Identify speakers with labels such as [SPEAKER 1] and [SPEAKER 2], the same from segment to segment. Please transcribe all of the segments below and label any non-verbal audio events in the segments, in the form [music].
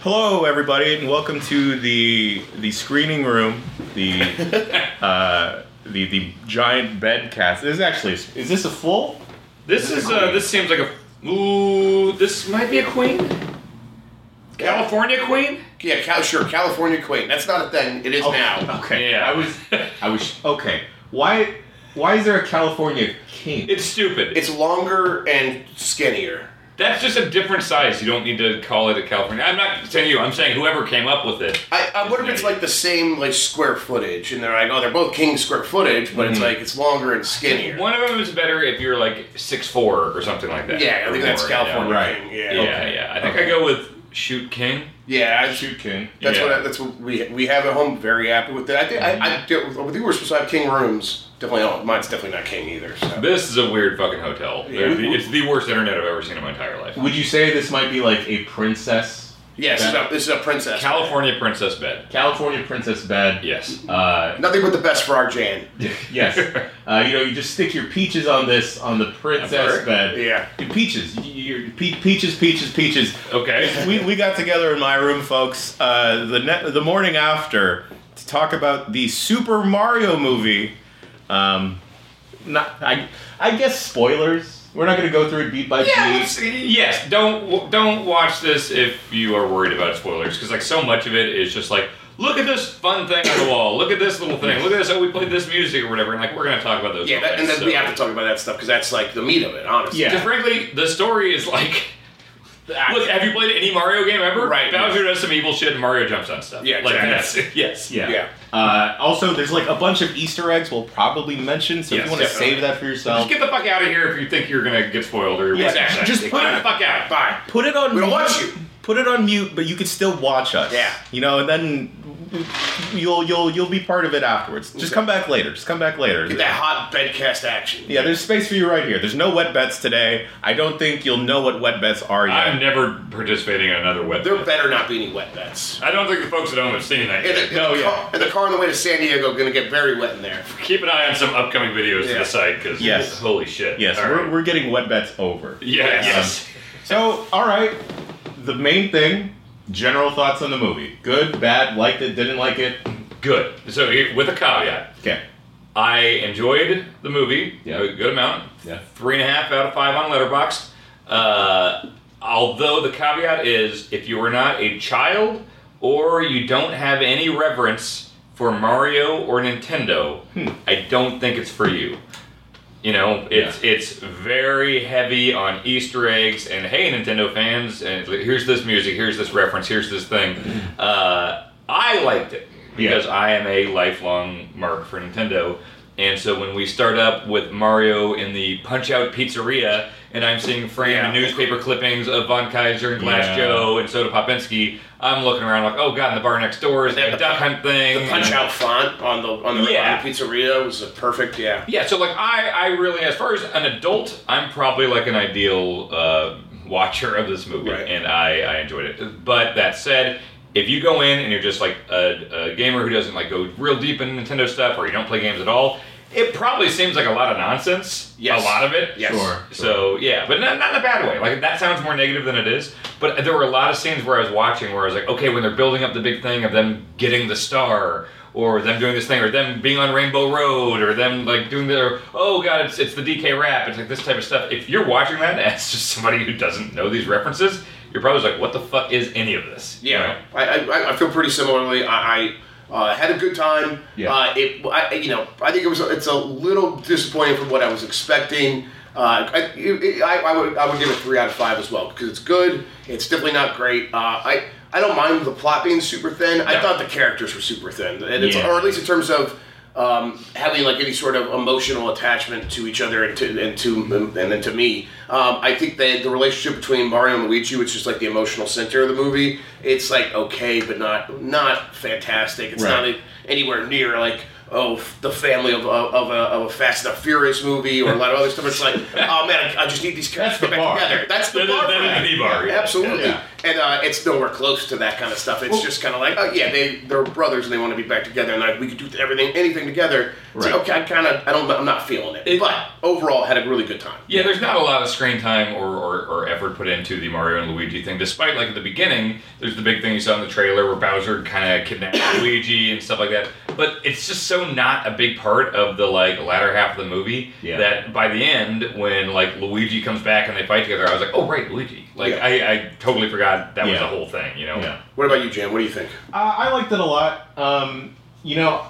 [SPEAKER 1] Hello, everybody, and welcome to the the screening room, [laughs] the uh, the the giant bed cast. This is actually is this a full?
[SPEAKER 2] This is uh, this seems like a ooh. This might be a queen. California queen.
[SPEAKER 3] Yeah, Cal- sure, California Queen. That's not a thing. It
[SPEAKER 1] [laughs]
[SPEAKER 3] is now.
[SPEAKER 1] Okay,
[SPEAKER 2] Yeah.
[SPEAKER 1] I was I was okay. Why why is there a California king?
[SPEAKER 2] It's stupid.
[SPEAKER 3] It's longer and skinnier.
[SPEAKER 2] That's just a different size. You don't need to call it a California. I'm not saying you. I'm saying whoever came up with it.
[SPEAKER 3] I, I wonder if it's like the same like square footage, and they're like, oh, they're both king square footage, but it's like it's longer and skinnier.
[SPEAKER 2] One of them is better if you're like six four or something like that.
[SPEAKER 3] Yeah, I
[SPEAKER 2] Or
[SPEAKER 3] think that's
[SPEAKER 2] more,
[SPEAKER 3] California
[SPEAKER 1] right.
[SPEAKER 3] King.
[SPEAKER 2] Yeah,
[SPEAKER 3] Yeah,
[SPEAKER 2] yeah. yeah. I think I go with shoot king.
[SPEAKER 3] yeah. I,
[SPEAKER 1] shoot king.
[SPEAKER 3] that's
[SPEAKER 2] yeah.
[SPEAKER 3] what I, that's what we we have at home. Very happy with that. I think I, I, do- I think we're supposed to have king rooms. Definitely not. Mine's definitely not king either. So.
[SPEAKER 2] This is a weird fucking hotel.
[SPEAKER 3] Yeah.
[SPEAKER 2] They're the- It's the worst internet I've ever seen in my entire life.
[SPEAKER 1] Would you say this might be like a princess?
[SPEAKER 3] Yes,
[SPEAKER 1] bed?
[SPEAKER 3] this is a- this is a princess.
[SPEAKER 2] California princess bed.
[SPEAKER 1] California princess bed.
[SPEAKER 2] Yes.
[SPEAKER 1] Uh,
[SPEAKER 3] Nothing but the best for our Jan.
[SPEAKER 1] yes.
[SPEAKER 2] [laughs]
[SPEAKER 1] Uh, you know, you just stick your peaches on this on the princess
[SPEAKER 2] Ever?
[SPEAKER 1] bed.
[SPEAKER 3] Yeah.
[SPEAKER 1] Your peaches. You- Your pe- peaches, peaches, peaches.
[SPEAKER 2] Okay.
[SPEAKER 1] We, we got together in my room, folks, uh, the ne- the morning after to talk about the Super Mario movie. Um, not I I guess spoilers. We're not going to go through it beat by
[SPEAKER 2] Yeah,
[SPEAKER 1] beat.
[SPEAKER 2] let's- yes. Don't don't watch this if you are worried about spoilers, because like so much of it is just like, look at this fun thing on the wall, look at this little thing, look at this. Oh, we played this music or whatever, and like we're gonna talk about those.
[SPEAKER 3] Yeah, that, and then
[SPEAKER 2] moments,
[SPEAKER 3] we
[SPEAKER 2] so-
[SPEAKER 3] have to talk about that stuff because that's like the meat of it, honestly.
[SPEAKER 1] Yeah.
[SPEAKER 2] Because frankly, the story is
[SPEAKER 3] [laughs]
[SPEAKER 2] like. Look, have you played any Mario game ever?
[SPEAKER 3] Right,
[SPEAKER 2] Bowser does some evil shit and Mario jumps on stuff.
[SPEAKER 3] Yeah,
[SPEAKER 2] like
[SPEAKER 3] exactly.
[SPEAKER 2] that's yes.
[SPEAKER 1] Yeah.
[SPEAKER 3] Yeah.
[SPEAKER 1] Uh, also, there's like a bunch of Easter eggs we'll probably mention, so if
[SPEAKER 2] Yes,
[SPEAKER 1] you want to
[SPEAKER 2] definitely.
[SPEAKER 1] save that for yourself,
[SPEAKER 2] Just get the fuck out of here if you think you're gonna get spoiled or
[SPEAKER 1] Yeah,
[SPEAKER 2] exactly.
[SPEAKER 1] just put
[SPEAKER 2] get
[SPEAKER 1] it-
[SPEAKER 2] the fuck out.
[SPEAKER 3] Bye.
[SPEAKER 1] put it on.
[SPEAKER 3] We don't
[SPEAKER 1] mute-
[SPEAKER 3] want you.
[SPEAKER 1] Put it on mute, but you can still watch us.
[SPEAKER 3] Yeah.
[SPEAKER 1] You know, and then you'll you'll you'll be part of it afterwards. Just come back later. Just come back later.
[SPEAKER 3] Get that hot bedcast action.
[SPEAKER 1] Yeah, there's space for you right here. There's no wet bets today. I don't think you'll know what wet bets are yet.
[SPEAKER 2] I'm never participating in another web.
[SPEAKER 3] There better not be any wet bets.
[SPEAKER 2] I don't think the folks at home have seen that.
[SPEAKER 3] And
[SPEAKER 2] Yet.
[SPEAKER 3] the,
[SPEAKER 1] No,
[SPEAKER 3] and the
[SPEAKER 1] yeah.
[SPEAKER 3] car, and the car on the way to San Diego gonna get very wet in there.
[SPEAKER 2] Keep an eye on some upcoming videos to
[SPEAKER 3] Yeah.
[SPEAKER 2] the site because
[SPEAKER 1] Yes.
[SPEAKER 2] holy shit.
[SPEAKER 1] yes,
[SPEAKER 2] All
[SPEAKER 1] we're, Um,
[SPEAKER 2] right.
[SPEAKER 1] we're getting wet bets over.
[SPEAKER 2] yeah,
[SPEAKER 3] Yes.
[SPEAKER 2] yes.
[SPEAKER 1] So, all right. The main thing, general thoughts on the movie. Good, bad, liked it, didn't like it.
[SPEAKER 2] Good. So here- with a caveat,
[SPEAKER 1] Okay.
[SPEAKER 2] I enjoyed the movie.
[SPEAKER 1] Yeah.
[SPEAKER 2] A good amount.
[SPEAKER 1] Yeah.
[SPEAKER 2] Three and a half out of five on Letterboxd. Uh, although the caveat is, if you are not a child or you don't have any reverence for Mario or Nintendo,
[SPEAKER 1] Hmm.
[SPEAKER 2] I don't think it's for you. You know, it's it's very heavy on Easter eggs and hey, Nintendo fans, and it's like, here's this music, here's this reference, here's this thing.
[SPEAKER 1] Hmm.
[SPEAKER 2] Uh, I liked it because
[SPEAKER 1] Yeah.
[SPEAKER 2] I am a lifelong mark for Nintendo, and so when we start up with Mario in the Punch Out Pizzeria, and I'm seeing framed
[SPEAKER 3] Yeah.
[SPEAKER 2] newspaper clippings of Von Kaiser and Glass
[SPEAKER 1] Yeah.
[SPEAKER 2] Joe and Soda Popinski, I'm looking around like, oh god, in the bar next door is
[SPEAKER 3] Yeah,
[SPEAKER 2] a
[SPEAKER 3] the
[SPEAKER 2] Duck Hunt thing.
[SPEAKER 3] The punch
[SPEAKER 2] and-
[SPEAKER 3] out font on the on the,
[SPEAKER 2] Yeah.
[SPEAKER 3] on the pizzeria was a perfect. Yeah.
[SPEAKER 2] yeah, so like I, I really, as far as an adult, I'm probably like an ideal uh, watcher of this movie,
[SPEAKER 3] Right.
[SPEAKER 2] and I, I enjoyed it. But that said, if you go in and you're just like a, a gamer who doesn't like go real deep in Nintendo stuff, or you don't play games at all, it probably seems like a lot of nonsense.
[SPEAKER 3] Yes.
[SPEAKER 2] a lot of it.
[SPEAKER 3] Yes.
[SPEAKER 1] Sure.
[SPEAKER 2] So yeah, but not, not in a bad way. Like that sounds more negative than it is. But there were a lot of scenes where I was watching where I was like, okay, when they're building up the big thing of them getting the star, or them doing this thing, or them being on Rainbow Road, or them like doing their oh god, it's it's the DK rap. It's like this type of stuff. If you're watching that [laughs] as just somebody who doesn't know these references, you're probably just like, what the fuck is any of this? You know?
[SPEAKER 3] Yeah. I, I I feel pretty similarly. I. I uh, had a good time.
[SPEAKER 1] Yeah.
[SPEAKER 3] Uh, it, I, you know, I think it was. It's a little disappointing from what I was expecting. Uh, I, it, it- I, I would, I would give it three out of five as well because it's good. It's definitely not great. Uh, I, I don't mind the plot being super thin. I
[SPEAKER 2] No.
[SPEAKER 3] thought the characters were super thin, and it's
[SPEAKER 1] Yeah.
[SPEAKER 3] or at least in terms of um, having like any sort of emotional attachment to each other and to and to and then to me. Um, I think that the relationship between Mario and Luigi, which is like the emotional center of the movie, it's like okay, but not not fantastic. It's
[SPEAKER 1] Right.
[SPEAKER 3] not anywhere near like. Oh, f- the family of, of, of, a, of a Fast and the Furious movie or a lot of other stuff. It's like, oh man, I, I just need these
[SPEAKER 1] That's
[SPEAKER 3] characters
[SPEAKER 1] the
[SPEAKER 3] to get
[SPEAKER 1] bar.
[SPEAKER 3] back together. That's the
[SPEAKER 2] That is-
[SPEAKER 3] bar.
[SPEAKER 2] that
[SPEAKER 3] for
[SPEAKER 2] is
[SPEAKER 3] that.
[SPEAKER 2] the bar, yeah.
[SPEAKER 3] Absolutely.
[SPEAKER 1] Yeah.
[SPEAKER 3] And uh, it's nowhere close to that kind of stuff. It's just kind of like, oh yeah, they they're brothers and they want to be back together, and like we could do everything, anything together. It's like,
[SPEAKER 1] Right.
[SPEAKER 3] okay, I kind of, I don't, I'm not feeling it.
[SPEAKER 2] It-
[SPEAKER 3] but overall, had a really good time.
[SPEAKER 2] Yeah, there's not a lot of screen time or, or, or effort put into the Mario and Luigi thing, despite, like, at the beginning, there's the big thing you saw in the trailer where Bowser kind of kidnapped [coughs] Luigi and stuff like that. But it's just so not a big part of the, like, latter half of the movie
[SPEAKER 1] Yeah.
[SPEAKER 2] that by the end, when, like, Luigi comes back and they fight together, I was like, oh, right, Luigi. Like,
[SPEAKER 3] Yeah.
[SPEAKER 2] I, I totally forgot that was
[SPEAKER 1] Yeah.
[SPEAKER 2] the whole thing, you know?
[SPEAKER 1] Yeah.
[SPEAKER 3] What about you, Jim? What do you think?
[SPEAKER 1] Uh, I liked it a lot. Um, you know,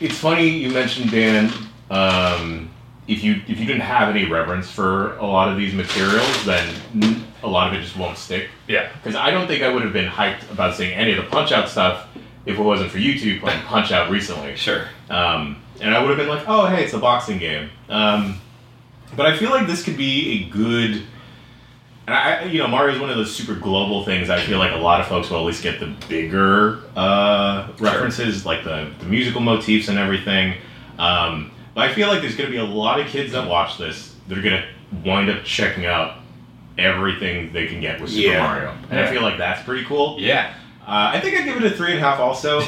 [SPEAKER 1] it's funny you mentioned Dan. Um, if you if you didn't have any reverence for a lot of these materials, then n- a lot of it just won't stick.
[SPEAKER 2] Yeah.
[SPEAKER 1] Because I don't think I would have been hyped about seeing any of the Punch Out stuff if it wasn't for you two playing Punch Out recently.
[SPEAKER 2] Sure.
[SPEAKER 1] Um, and I would have been like, oh, hey, it's a boxing game. Um, but I feel like this could be a good. And I, you know, Mario is one of those super global things. I feel like a lot of folks will at least get the bigger uh, references, like the, the musical motifs and everything. Um, but I feel like there's going to be a lot of kids that watch this that are going to wind up checking out everything they can get with Super
[SPEAKER 3] Yeah.
[SPEAKER 1] Mario, and I
[SPEAKER 2] Yeah.
[SPEAKER 1] feel like that's pretty cool.
[SPEAKER 2] Yeah.
[SPEAKER 1] Uh, I think I give it a three and a half. Also,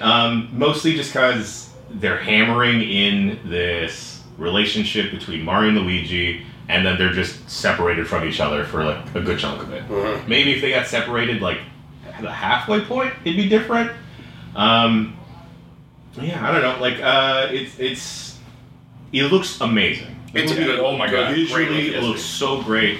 [SPEAKER 1] um, mostly just because they're hammering in this relationship between Mario and Luigi, and then they're just separated from each other for like a good chunk of it.
[SPEAKER 3] Mhm.
[SPEAKER 1] Maybe if they got separated like at the halfway point, it'd be different. Um, yeah, I don't know. Like uh, it's it's it looks amazing.
[SPEAKER 3] It's
[SPEAKER 1] It-
[SPEAKER 3] good.
[SPEAKER 2] Oh my God.
[SPEAKER 3] Good. Great
[SPEAKER 1] Visually, it
[SPEAKER 3] looking.
[SPEAKER 1] looks so great.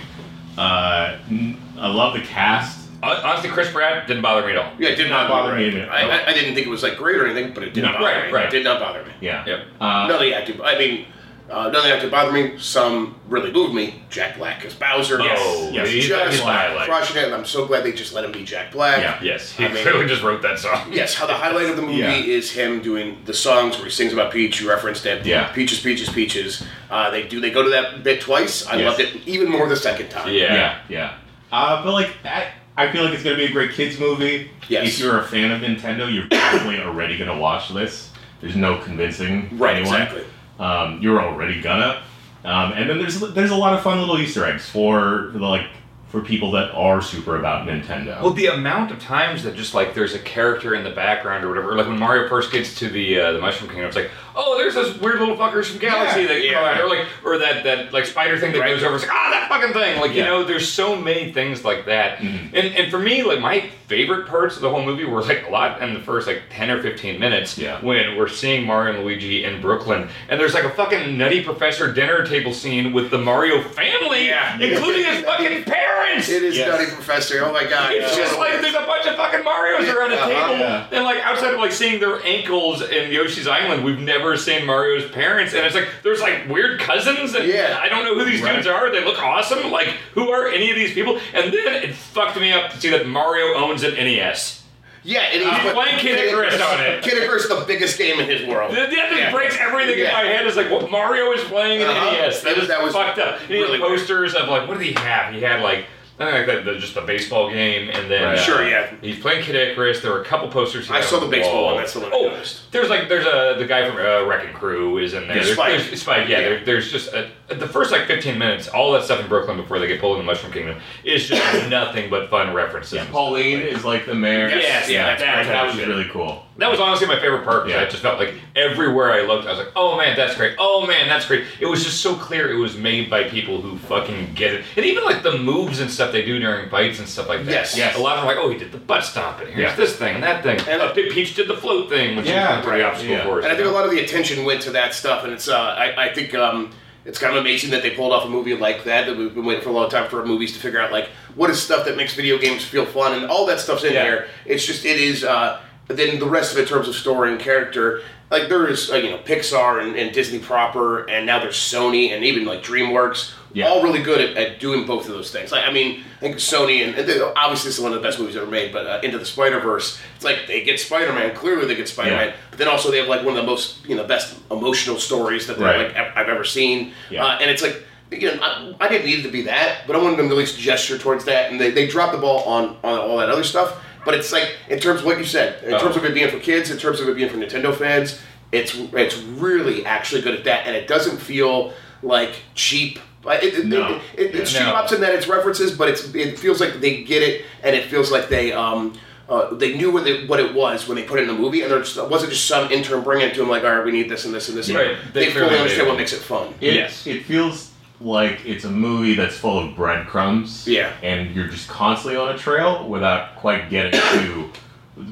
[SPEAKER 1] Uh, n- I love the cast.
[SPEAKER 2] Hon- Honestly, Chris Pratt didn't bother me at all.
[SPEAKER 3] Yeah, it did not bother me.
[SPEAKER 1] either.
[SPEAKER 3] I, I, I didn't think it was like great or anything, but it did
[SPEAKER 1] No.
[SPEAKER 3] not bother
[SPEAKER 2] Right,
[SPEAKER 3] me.
[SPEAKER 2] right.
[SPEAKER 3] It did not bother me.
[SPEAKER 1] Yeah.
[SPEAKER 2] Yep.
[SPEAKER 1] Uh,
[SPEAKER 3] None of the acting, I mean, uh, none of the acting bothered me. Some really moved me. Jack Black as Bowser.
[SPEAKER 2] Yes.
[SPEAKER 3] Oh,
[SPEAKER 2] Yes.
[SPEAKER 3] he's
[SPEAKER 2] He's like his
[SPEAKER 3] just
[SPEAKER 2] highlight.
[SPEAKER 3] crushing it. And I'm so glad they just let him be Jack Black.
[SPEAKER 1] Yeah.
[SPEAKER 2] Yes, he
[SPEAKER 3] I mean-
[SPEAKER 2] clearly just wrote that song.
[SPEAKER 3] Yes, how the highlight of the movie
[SPEAKER 1] Yeah.
[SPEAKER 3] is him doing the songs where he sings about Peach. You referenced it.
[SPEAKER 1] Yeah.
[SPEAKER 3] Peaches, peaches, peaches. Uh, they do. They go to that bit twice. I
[SPEAKER 1] Yes.
[SPEAKER 3] loved it even more the second time.
[SPEAKER 2] Yeah.
[SPEAKER 1] yeah, yeah. Uh, but like, I, I feel like it's gonna be a great kids movie.
[SPEAKER 3] Yes.
[SPEAKER 1] If you're a fan of Nintendo, you're probably already gonna watch this. There's no convincing
[SPEAKER 3] Right.
[SPEAKER 1] anyone.
[SPEAKER 3] Exactly.
[SPEAKER 1] Um, you're already gonna. Um, and then there's there's a lot of fun little Easter eggs for like for people that are super about Nintendo.
[SPEAKER 2] Well, the amount of times that just like there's a character in the background or whatever, like when Mario first gets to the uh, the Mushroom Kingdom, it's like, oh, there's those weird little fuckers from Galaxy
[SPEAKER 1] Yeah,
[SPEAKER 2] that
[SPEAKER 3] yeah.
[SPEAKER 2] come out, or like or that that like spider thing that
[SPEAKER 3] Right.
[SPEAKER 2] goes over, it's like ah that fucking thing, like you
[SPEAKER 1] Yeah.
[SPEAKER 2] know, there's so many things like that,
[SPEAKER 3] Mm-hmm.
[SPEAKER 2] and and for me, like my favorite parts of the whole movie were like a lot in the first like ten or fifteen minutes
[SPEAKER 1] Yeah.
[SPEAKER 2] when we're seeing Mario and Luigi in Brooklyn, and there's like a fucking Nutty Professor dinner table scene with the Mario family,
[SPEAKER 3] Yeah.
[SPEAKER 2] including his fucking parents.
[SPEAKER 3] It is
[SPEAKER 1] Yes.
[SPEAKER 3] Nutty Professor. Oh my God.
[SPEAKER 2] It's just like there's a bunch of fucking Mario's around a
[SPEAKER 3] Uh-huh.
[SPEAKER 2] table,
[SPEAKER 1] Yeah.
[SPEAKER 2] and like outside of like seeing their ankles in Yoshi's Island, we've never seen Mario's parents, and it's like there's like weird cousins, and
[SPEAKER 3] Yeah.
[SPEAKER 2] I don't know who these
[SPEAKER 1] Right.
[SPEAKER 2] dudes are. They look awesome. Like who are any of these people? And then it fucked me up to see that Mario owns an E NES.
[SPEAKER 3] yeah. And he's
[SPEAKER 2] Uh,
[SPEAKER 3] put-
[SPEAKER 2] why Kid Icarus on it?
[SPEAKER 3] Kid Icarus, the biggest game in his world.
[SPEAKER 2] That, that just
[SPEAKER 3] Yeah.
[SPEAKER 2] breaks everything
[SPEAKER 3] Yeah.
[SPEAKER 2] in my head. Is like what Mario is playing in
[SPEAKER 3] Uh-huh.
[SPEAKER 2] NES. That
[SPEAKER 3] That-
[SPEAKER 2] is
[SPEAKER 3] that was
[SPEAKER 2] fucked up. He
[SPEAKER 3] really
[SPEAKER 2] had posters of like what did he have? He had like I think like the, the, just the baseball game, and then
[SPEAKER 1] Right.
[SPEAKER 2] uh,
[SPEAKER 3] Sure, yeah.
[SPEAKER 2] he's playing Kid Icarus. There were a couple posters. he
[SPEAKER 3] I
[SPEAKER 2] had
[SPEAKER 3] saw
[SPEAKER 2] on
[SPEAKER 3] the baseball
[SPEAKER 2] wall.
[SPEAKER 3] one, that's the one I
[SPEAKER 2] Oh,
[SPEAKER 3] noticed.
[SPEAKER 2] there's like there's a the guy from uh, Wrecking Crew is in there.
[SPEAKER 3] Yeah,
[SPEAKER 2] There's-
[SPEAKER 3] Spike.
[SPEAKER 2] there's- Spike, yeah. There, there's just a, the first like 15 minutes, all that stuff in Brooklyn before they get pulled in the Mushroom Kingdom is just [coughs] nothing but fun references.
[SPEAKER 1] Yeah, Pauline is like the mayor.
[SPEAKER 2] Yes,
[SPEAKER 1] yeah,
[SPEAKER 2] that's
[SPEAKER 1] that,
[SPEAKER 2] right.
[SPEAKER 1] that was really cool.
[SPEAKER 2] That was honestly my favorite part because
[SPEAKER 1] Yeah.
[SPEAKER 2] I just felt like everywhere I looked, I was like, "Oh man, that's great! Oh man, that's great!" It was just so clear it was made by people who fucking get it, and even like the moves and stuff they do during fights and stuff like that.
[SPEAKER 3] Yes.
[SPEAKER 1] Yes.
[SPEAKER 2] A lot of them are like, "Oh, he did the butt stomp, and here's
[SPEAKER 1] Yeah.
[SPEAKER 2] this thing and that thing."
[SPEAKER 3] And-
[SPEAKER 2] And uh, Pe- Peach did the float thing, which
[SPEAKER 1] Yeah,
[SPEAKER 2] is pretty
[SPEAKER 3] right.
[SPEAKER 2] obstacle
[SPEAKER 1] Yeah.
[SPEAKER 2] course.
[SPEAKER 3] And I
[SPEAKER 2] you
[SPEAKER 3] think a
[SPEAKER 2] know?
[SPEAKER 3] lot of the attention went to that stuff, and it's uh, I, I think um, it's kind of amazing that they pulled off a movie like that. That we've been waiting for a long time for movies to figure out like what is stuff that makes video games feel fun, and all that stuff's in
[SPEAKER 2] Yeah.
[SPEAKER 3] there. It's just it is. Uh, but then the rest of it, in terms of story and character, like there is uh, you know Pixar and, and Disney proper, and now there's Sony and even like DreamWorks
[SPEAKER 2] Yeah.
[SPEAKER 3] all really good at, at doing both of those things. Like, I mean, I think Sony and, and they- obviously it's one of the best movies ever made. But uh, Into the Spider Verse, it's like they get Spider Man. Clearly, they get Spider Man.
[SPEAKER 2] Yeah.
[SPEAKER 3] But then also they have like one of the most you know best emotional stories that
[SPEAKER 1] Right.
[SPEAKER 3] they're like I've I've ever seen.
[SPEAKER 2] Yeah.
[SPEAKER 3] Uh, and it's like, you know, I, I didn't need it to be that, but I wanted them to at least gesture towards that. And they, they dropped the ball on, on all that other stuff. But it's like, in terms of what you said, in
[SPEAKER 2] Oh.
[SPEAKER 3] terms of it being for kids, in terms of it being for Nintendo fans, it's it's really actually good at that. And it doesn't feel like cheap. Like, It, it,
[SPEAKER 1] No.
[SPEAKER 3] it, it- it's
[SPEAKER 2] Yeah.
[SPEAKER 3] cheap
[SPEAKER 2] No.
[SPEAKER 3] ups and that it's references, but it's it feels like they get it, and it feels like they um uh, they knew what, they, what it was when they put it in the movie, and there just, it wasn't just some intern bringing it to them like, all right, we need this and this and this.
[SPEAKER 2] Right.
[SPEAKER 3] They,
[SPEAKER 2] They
[SPEAKER 3] fully
[SPEAKER 2] clearly
[SPEAKER 3] understand
[SPEAKER 2] did.
[SPEAKER 3] what makes it fun.
[SPEAKER 1] It,
[SPEAKER 2] Yes.
[SPEAKER 1] It feels like it's a movie that's full of breadcrumbs.
[SPEAKER 3] Yeah.
[SPEAKER 1] And you're just constantly on a trail without quite getting to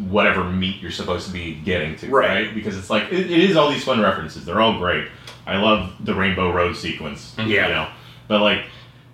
[SPEAKER 1] whatever meat you're supposed to be getting to.
[SPEAKER 3] Right.
[SPEAKER 1] Because it's like, it, it is all these fun references. They're all great. I love the Rainbow Road sequence.
[SPEAKER 3] Yeah.
[SPEAKER 1] You know? But like,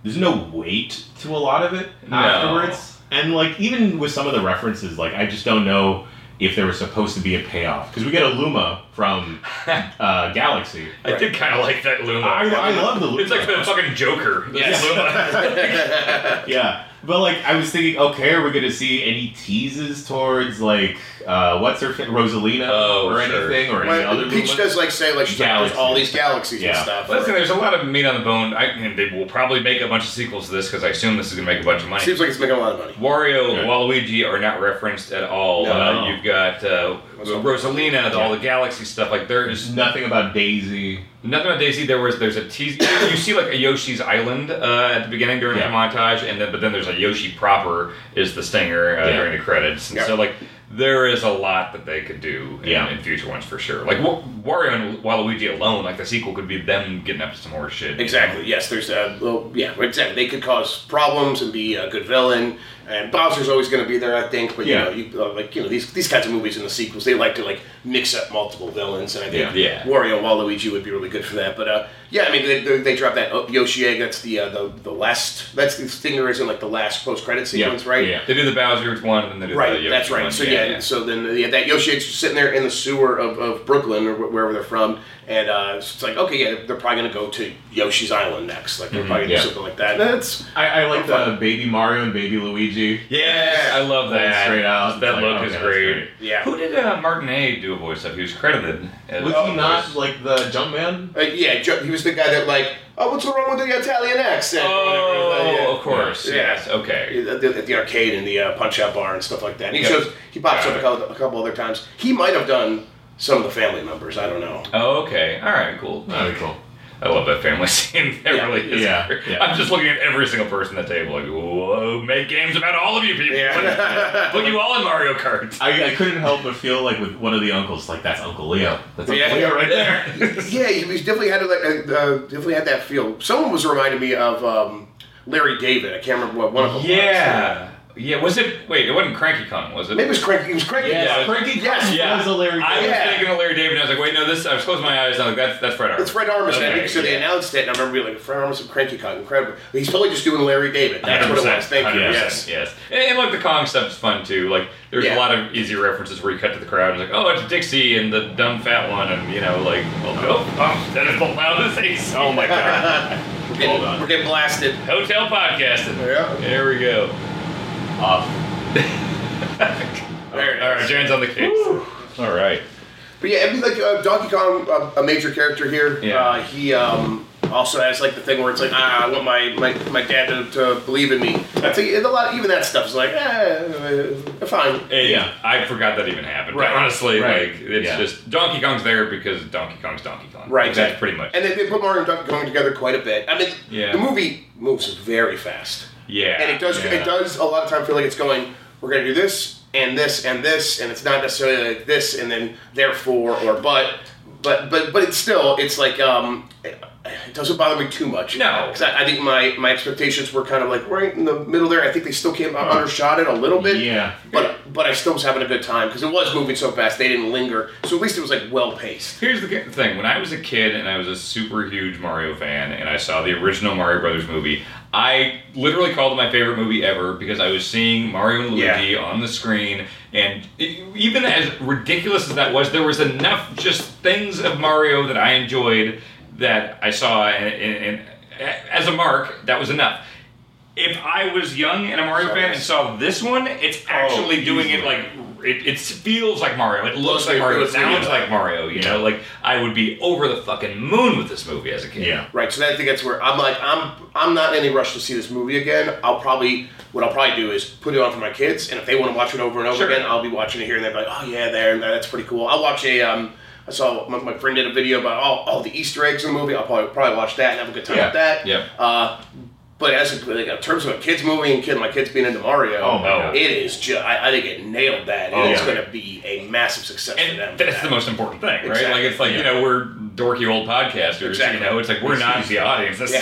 [SPEAKER 1] there's no weight to a lot of it
[SPEAKER 2] No.
[SPEAKER 1] afterwards. And like, even with some of the references, like, I just don't know if there was supposed to be a payoff. Because we get a Luma from uh, Galaxy.
[SPEAKER 2] I did kind of like that Luma.
[SPEAKER 1] I- I love the Luma.
[SPEAKER 2] It's like the fucking
[SPEAKER 3] [laughs]
[SPEAKER 2] Joker.
[SPEAKER 1] Yes.
[SPEAKER 2] Luma.
[SPEAKER 1] Yeah, but like I was thinking, okay, are we gonna see any teases towards like uh, what's her fa- Rosalina
[SPEAKER 2] Oh,
[SPEAKER 1] or
[SPEAKER 2] sure.
[SPEAKER 1] anything or any
[SPEAKER 3] Well,
[SPEAKER 1] other
[SPEAKER 3] Peach
[SPEAKER 1] movement?
[SPEAKER 3] does like say like she's like, there's
[SPEAKER 1] Galaxies.
[SPEAKER 3] all these galaxies and
[SPEAKER 1] Yeah.
[SPEAKER 3] stuff.
[SPEAKER 2] Listen,
[SPEAKER 3] Right.
[SPEAKER 2] there's a lot of meat on the bone. I and they will probably make a bunch of sequels to this because I assume this is going to make a bunch of money.
[SPEAKER 3] Seems like it's making a lot of money.
[SPEAKER 2] Wario,
[SPEAKER 1] Yeah.
[SPEAKER 2] Waluigi are not referenced at all.
[SPEAKER 3] No.
[SPEAKER 2] Uh, you've got uh,
[SPEAKER 3] What's up?
[SPEAKER 2] Rosalina, the- all the galaxy stuff. Like
[SPEAKER 1] There's
[SPEAKER 2] there's
[SPEAKER 1] nothing about Daisy.
[SPEAKER 3] Mm-hmm.
[SPEAKER 2] nothing about Daisy. There was there's a tease. [coughs] you see like a Yoshi's Island uh, at the beginning during
[SPEAKER 1] Yeah.
[SPEAKER 2] the montage, and then but then there's a Yoshi proper is the stinger uh,
[SPEAKER 1] Yeah.
[SPEAKER 2] during the credits. And
[SPEAKER 3] Yeah.
[SPEAKER 2] So like there is a lot that they could do in,
[SPEAKER 1] Yeah.
[SPEAKER 2] in future ones for sure. Like Wa- Wario and Waluigi alone, like the sequel could be them getting up to some more shit. you
[SPEAKER 3] Exactly. Yes, there's a well, yeah, exactly. They could cause problems and be a good villain. And Bowser's always going to be there, I think. But
[SPEAKER 1] Yeah.
[SPEAKER 3] you know, you, uh, like you know, these these kinds of movies in the sequels, they like to like mix up multiple villains. And I think
[SPEAKER 2] Yeah. Yeah.
[SPEAKER 3] Wario and Waluigi would be really good for that. But uh, yeah, I mean, they, they, they dropped that uh, Yoshi egg. That's the uh, the the last. That's the stinger is in like the last post credit sequence, right?
[SPEAKER 1] Yeah.
[SPEAKER 2] They do the Bowser one, and then they do the
[SPEAKER 3] Right,
[SPEAKER 2] Yoshi
[SPEAKER 3] that's right.
[SPEAKER 2] one.
[SPEAKER 3] So yeah, so then yeah, that Yoshi's just sitting there in the sewer of, of Brooklyn or wh- wherever they're from, and uh, it's like okay, yeah, they're probably gonna go to Yoshi's Island next. Like
[SPEAKER 2] Mm-hmm,
[SPEAKER 3] they're probably gonna
[SPEAKER 1] yeah.
[SPEAKER 3] do something like that. That's
[SPEAKER 1] I, I like the baby Mario and baby Luigi.
[SPEAKER 2] Yeah, I love that.
[SPEAKER 1] Straight out.
[SPEAKER 2] That
[SPEAKER 1] It's like,
[SPEAKER 2] look
[SPEAKER 1] okay,
[SPEAKER 2] is
[SPEAKER 1] that's
[SPEAKER 2] great.
[SPEAKER 1] great.
[SPEAKER 3] yeah,
[SPEAKER 2] Who did uh, Martin A do a voice of? He was credited. as
[SPEAKER 1] Was
[SPEAKER 2] a
[SPEAKER 1] he not
[SPEAKER 2] voice.
[SPEAKER 1] like the Jumpman?
[SPEAKER 3] Uh, yeah. Jo- he was the guy that like, oh, what's wrong with the Italian accent?
[SPEAKER 2] Oh, of
[SPEAKER 3] Whatever, uh,
[SPEAKER 2] course.
[SPEAKER 3] Yeah.
[SPEAKER 2] Yes. Okay.
[SPEAKER 3] yeah. At the, at the arcade and the uh, punch out bar and stuff like that. And he
[SPEAKER 2] Yeah.
[SPEAKER 3] shows he pops
[SPEAKER 2] Got
[SPEAKER 3] up a
[SPEAKER 2] it.
[SPEAKER 3] couple, a couple other times. He might have done some of the family members. I don't know.
[SPEAKER 2] Oh, okay. All right. Cool.
[SPEAKER 1] That'd be cool.
[SPEAKER 2] I love that family [laughs] scene. That
[SPEAKER 3] Yeah.
[SPEAKER 2] really is.
[SPEAKER 1] Yeah.
[SPEAKER 2] great.
[SPEAKER 1] Yeah.
[SPEAKER 2] I'm just looking at every single person at the table. Like, whoa, make games about all of you people.
[SPEAKER 3] [laughs] Yeah.
[SPEAKER 2] Put you all in Mario Kart.
[SPEAKER 1] I, I couldn't help but feel like with one of the uncles, like that's Uncle Leo. That's Uncle
[SPEAKER 2] [laughs]
[SPEAKER 3] Yeah.
[SPEAKER 1] Leo right [laughs] there.
[SPEAKER 3] Yeah, he was definitely had like uh, uh, definitely had that feel. Someone was reminding me of um, Larry David. I can't remember what one of them. was.
[SPEAKER 2] yeah. Yeah. Was it? Wait. It wasn't Cranky Kong, was it?
[SPEAKER 3] maybe it was Cranky. It was Cranky.
[SPEAKER 1] Yes,
[SPEAKER 2] Yeah.
[SPEAKER 1] Frankie
[SPEAKER 3] Yes,
[SPEAKER 1] Kong
[SPEAKER 2] yeah.
[SPEAKER 1] was a Larry
[SPEAKER 2] I
[SPEAKER 1] David.
[SPEAKER 3] Yeah.
[SPEAKER 2] was thinking of Larry David. And I was like, wait, no. This. I was closing my eyes. And I was like, that's that's Fred Armisen.
[SPEAKER 3] It's Fred Armisen. I
[SPEAKER 2] Okay,
[SPEAKER 3] think so. They
[SPEAKER 2] yeah.
[SPEAKER 3] announced it, and I remember being like, "Fred Armisen, Cranky Kong, incredible." But he's totally just doing Larry David. That's what it was. Thank you.
[SPEAKER 2] 100%,
[SPEAKER 3] Yes.
[SPEAKER 2] yes. And, and look, the Kong stuff's fun too. Like, there's
[SPEAKER 3] Yeah.
[SPEAKER 2] a lot of easy references where you cut to the crowd and it's like, oh, it's Dixie and the dumb fat one, and you know, like, oh, oh, oh that is the loudest
[SPEAKER 3] [laughs]
[SPEAKER 2] ace. Oh my god.
[SPEAKER 3] We're,
[SPEAKER 1] Hold
[SPEAKER 3] getting,
[SPEAKER 1] on.
[SPEAKER 3] we're getting
[SPEAKER 2] [laughs]
[SPEAKER 3] blasted.
[SPEAKER 2] Hotel podcasting.
[SPEAKER 3] Yeah.
[SPEAKER 2] There we go. [laughs]
[SPEAKER 1] Off.
[SPEAKER 3] There it
[SPEAKER 2] All right,
[SPEAKER 3] is.
[SPEAKER 2] Jan's on the case.
[SPEAKER 1] All right.
[SPEAKER 3] But yeah, I mean, like uh, Donkey Kong, uh, a major character here.
[SPEAKER 2] Yeah.
[SPEAKER 3] Uh, he um, also has like the thing where it's like, ah, I want my, my, my dad to, to believe in me. That's like, and a lot. Even that stuff is like, eh, uh, fine.
[SPEAKER 2] And
[SPEAKER 1] Yeah.
[SPEAKER 2] I forgot that even happened.
[SPEAKER 3] Right.
[SPEAKER 2] But honestly,
[SPEAKER 1] Right.
[SPEAKER 2] like, it's
[SPEAKER 1] Yeah.
[SPEAKER 2] just Donkey Kong's there because Donkey Kong's Donkey Kong.
[SPEAKER 3] Right,
[SPEAKER 2] That's
[SPEAKER 3] exactly.
[SPEAKER 2] pretty much.
[SPEAKER 3] And they, they put Mario and Donkey Kong together quite a bit. I mean,
[SPEAKER 2] Yeah.
[SPEAKER 3] the movie moves very fast,
[SPEAKER 2] yeah.
[SPEAKER 3] and it does
[SPEAKER 1] Yeah.
[SPEAKER 3] it does a lot of time feel like it's going. We're gonna do this and this and this, and it's not necessarily like this and then therefore or but, but but but it's still it's like um. It, it doesn't bother me too much.
[SPEAKER 2] No.
[SPEAKER 3] because I, I think my, my expectations were kind of like right in the middle there. I think they still came out undershot it a little bit.
[SPEAKER 1] Yeah.
[SPEAKER 3] but but I still was having a good time because it was moving so fast. They didn't linger, so at least it was like well paced.
[SPEAKER 2] Here's the ki- thing: when I was a kid and I was a super huge Mario fan, and I saw the original Mario Brothers movie, I literally called it my favorite movie ever because I was seeing Mario and Luigi on the screen, and e- even as ridiculous as that was, there was enough just things of Mario that I enjoyed that I saw, and, and, and as a mark, that was enough. If I was young and a Mario
[SPEAKER 3] Sorry.
[SPEAKER 2] fan and saw this one, it's actually doing it
[SPEAKER 1] easily.
[SPEAKER 2] like it, it feels like Mario. It looks
[SPEAKER 3] Looks
[SPEAKER 2] like
[SPEAKER 3] like-
[SPEAKER 2] Mario. It
[SPEAKER 3] looks like-
[SPEAKER 2] sounds like Mario. You know, like I would be over the fucking moon with this movie as a kid.
[SPEAKER 1] Yeah.
[SPEAKER 3] Right, so that, I think that's where I'm like I'm I'm not in any rush to see this movie again. I'll probably what I'll probably do is put it on for my kids, and if they want to watch it over and over
[SPEAKER 2] Sure.
[SPEAKER 3] again, I'll be watching it here and they're like, oh yeah, there and that, that's pretty cool. I'll watch a um I saw my, my friend did a video about all, all the Easter eggs in the movie. I'll probably probably watch that and have a good time
[SPEAKER 2] Yeah.
[SPEAKER 3] with that.
[SPEAKER 2] Yeah.
[SPEAKER 3] Uh, but as like, in terms of a kids movie and kid my kids being into Mario,
[SPEAKER 1] Oh,
[SPEAKER 2] my God.
[SPEAKER 3] it is just I, I think it nailed that.
[SPEAKER 1] Oh,
[SPEAKER 3] and it's
[SPEAKER 1] yeah.
[SPEAKER 3] going to be a massive success for them.
[SPEAKER 2] And
[SPEAKER 3] for
[SPEAKER 2] that's
[SPEAKER 3] that.
[SPEAKER 2] the most important thing, right?
[SPEAKER 3] Exactly.
[SPEAKER 2] Like it's like you
[SPEAKER 1] Yeah.
[SPEAKER 2] know we're dorky old podcasters.
[SPEAKER 3] Exactly.
[SPEAKER 2] You know, it's like we're not the audience. That's, [laughs]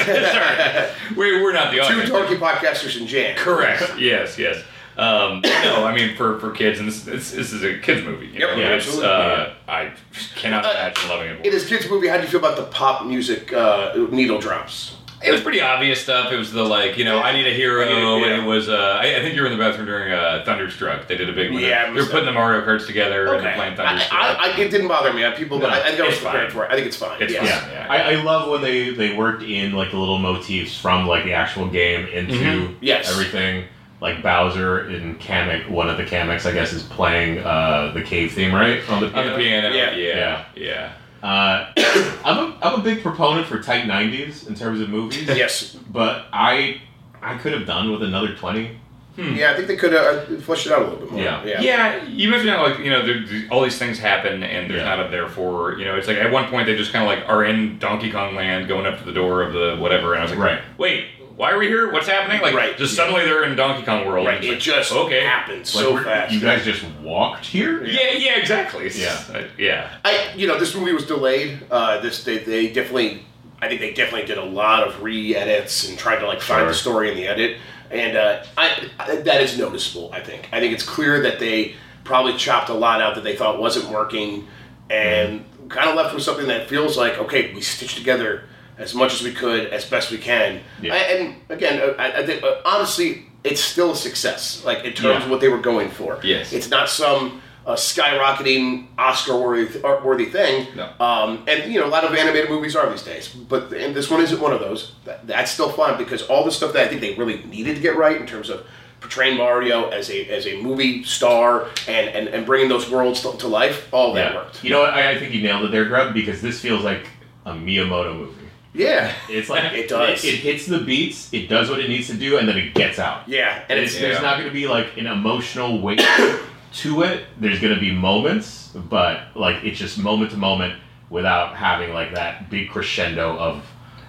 [SPEAKER 2] sorry. we're, we're not the
[SPEAKER 3] two
[SPEAKER 2] audience.
[SPEAKER 3] dorky podcasters in jam.
[SPEAKER 2] Correct. yes. Yes. Um, no, I mean for, for kids, and this this, this is a kids movie. you
[SPEAKER 3] Yep,
[SPEAKER 2] know,
[SPEAKER 3] yeah,
[SPEAKER 2] it's,
[SPEAKER 3] absolutely.
[SPEAKER 2] Uh, I cannot imagine loving it. more.
[SPEAKER 3] In his kids' movie, how do you feel about the pop music uh, needle drops?
[SPEAKER 2] It was pretty obvious stuff. It was the like, you know, I need a hero.
[SPEAKER 3] I need a- yeah.
[SPEAKER 2] It was. Uh, I, I think you were in the bathroom during uh, Thunderstruck. They did a big one.
[SPEAKER 3] Yeah,
[SPEAKER 2] they were putting the Mario cards together and they're playing
[SPEAKER 3] I,
[SPEAKER 2] Thunderstruck.
[SPEAKER 3] I, I, it didn't bother me. I, people,
[SPEAKER 2] No,
[SPEAKER 3] I, I think I was
[SPEAKER 2] it's fine.
[SPEAKER 3] prepared for it. I think it's fine.
[SPEAKER 2] It's
[SPEAKER 3] yes.
[SPEAKER 2] fine.
[SPEAKER 1] Yeah,
[SPEAKER 2] Yeah.
[SPEAKER 1] I, I love when they they worked in like the little motifs from like the actual game into
[SPEAKER 2] Mhm.
[SPEAKER 3] Yes.
[SPEAKER 1] everything. Like Bowser in Kamek, one of the Kameks, I guess, is playing uh, the cave theme, right? On Oh, the
[SPEAKER 2] On the piano.
[SPEAKER 3] Yeah.
[SPEAKER 2] Yeah. Yeah. Yeah.
[SPEAKER 1] Uh, [coughs] I'm a, I'm a big proponent for tight 90s in terms of
[SPEAKER 3] [laughs]
[SPEAKER 1] movies.
[SPEAKER 3] Yes.
[SPEAKER 2] [laughs]
[SPEAKER 1] But I I could have done with another 20.
[SPEAKER 3] Yeah, I think they could uh, flesh it out a little bit more.
[SPEAKER 1] Yeah.
[SPEAKER 3] Yeah.
[SPEAKER 2] you mentioned how, like you know there, there- all these things happen and there's
[SPEAKER 1] Yeah.
[SPEAKER 2] not a therefore you know it's like at one point they just kind of like are in Donkey Kong Land going up to the door of the whatever and I was like
[SPEAKER 1] Right.
[SPEAKER 2] wait why are we here what's happening like
[SPEAKER 3] Right.
[SPEAKER 2] just
[SPEAKER 3] Yeah.
[SPEAKER 2] suddenly they're in Donkey Kong World
[SPEAKER 3] Right.
[SPEAKER 2] And
[SPEAKER 3] It
[SPEAKER 2] it's
[SPEAKER 3] just
[SPEAKER 2] like, okay
[SPEAKER 3] happens
[SPEAKER 1] Like,
[SPEAKER 3] so
[SPEAKER 1] we're-
[SPEAKER 3] fast.
[SPEAKER 1] You guys just walked here?
[SPEAKER 2] yeah yeah exactly It's
[SPEAKER 1] Yeah.
[SPEAKER 2] just, uh, yeah
[SPEAKER 3] I, you know, this movie was delayed. Uh, this they, they definitely, I think they definitely did a lot of re-edits and tried to like find
[SPEAKER 1] Sure.
[SPEAKER 3] the story in the edit. And uh, I, I, that is noticeable. I think. I think it's clear that they probably chopped a lot out that they thought wasn't working, and
[SPEAKER 1] Mm-hmm.
[SPEAKER 3] kind of left with something that feels like okay, we stitched together as much as we could, as best we can.
[SPEAKER 1] Yeah.
[SPEAKER 3] I, and again, uh, I, I think uh, honestly, it's still a success. Like in terms of
[SPEAKER 1] Yeah.
[SPEAKER 3] what they were going for.
[SPEAKER 2] Yes.
[SPEAKER 3] It's not some uh, skyrocketing Oscar-worthy uh, worthy thing.
[SPEAKER 2] No.
[SPEAKER 3] Um, and you know, a lot of animated movies are these days, but and this one isn't one of those. That, that's still fun because all the stuff that I think they really needed to get right in terms of portraying Mario as a as a movie star and and, and bringing those worlds to, to life, all that worked.
[SPEAKER 1] You know what? I, I think you nailed it there, Grub, because this feels like a Miyamoto movie.
[SPEAKER 3] Yeah.
[SPEAKER 1] It's like
[SPEAKER 3] It does.
[SPEAKER 1] It, it hits the beats. It does what it needs to do, and then it gets out.
[SPEAKER 3] Yeah, and it's
[SPEAKER 1] It's- there's
[SPEAKER 2] Yeah.
[SPEAKER 1] not going to be like an emotional weight [coughs] to it. There's going to be moments, but like it's just moment to moment without having like that big crescendo of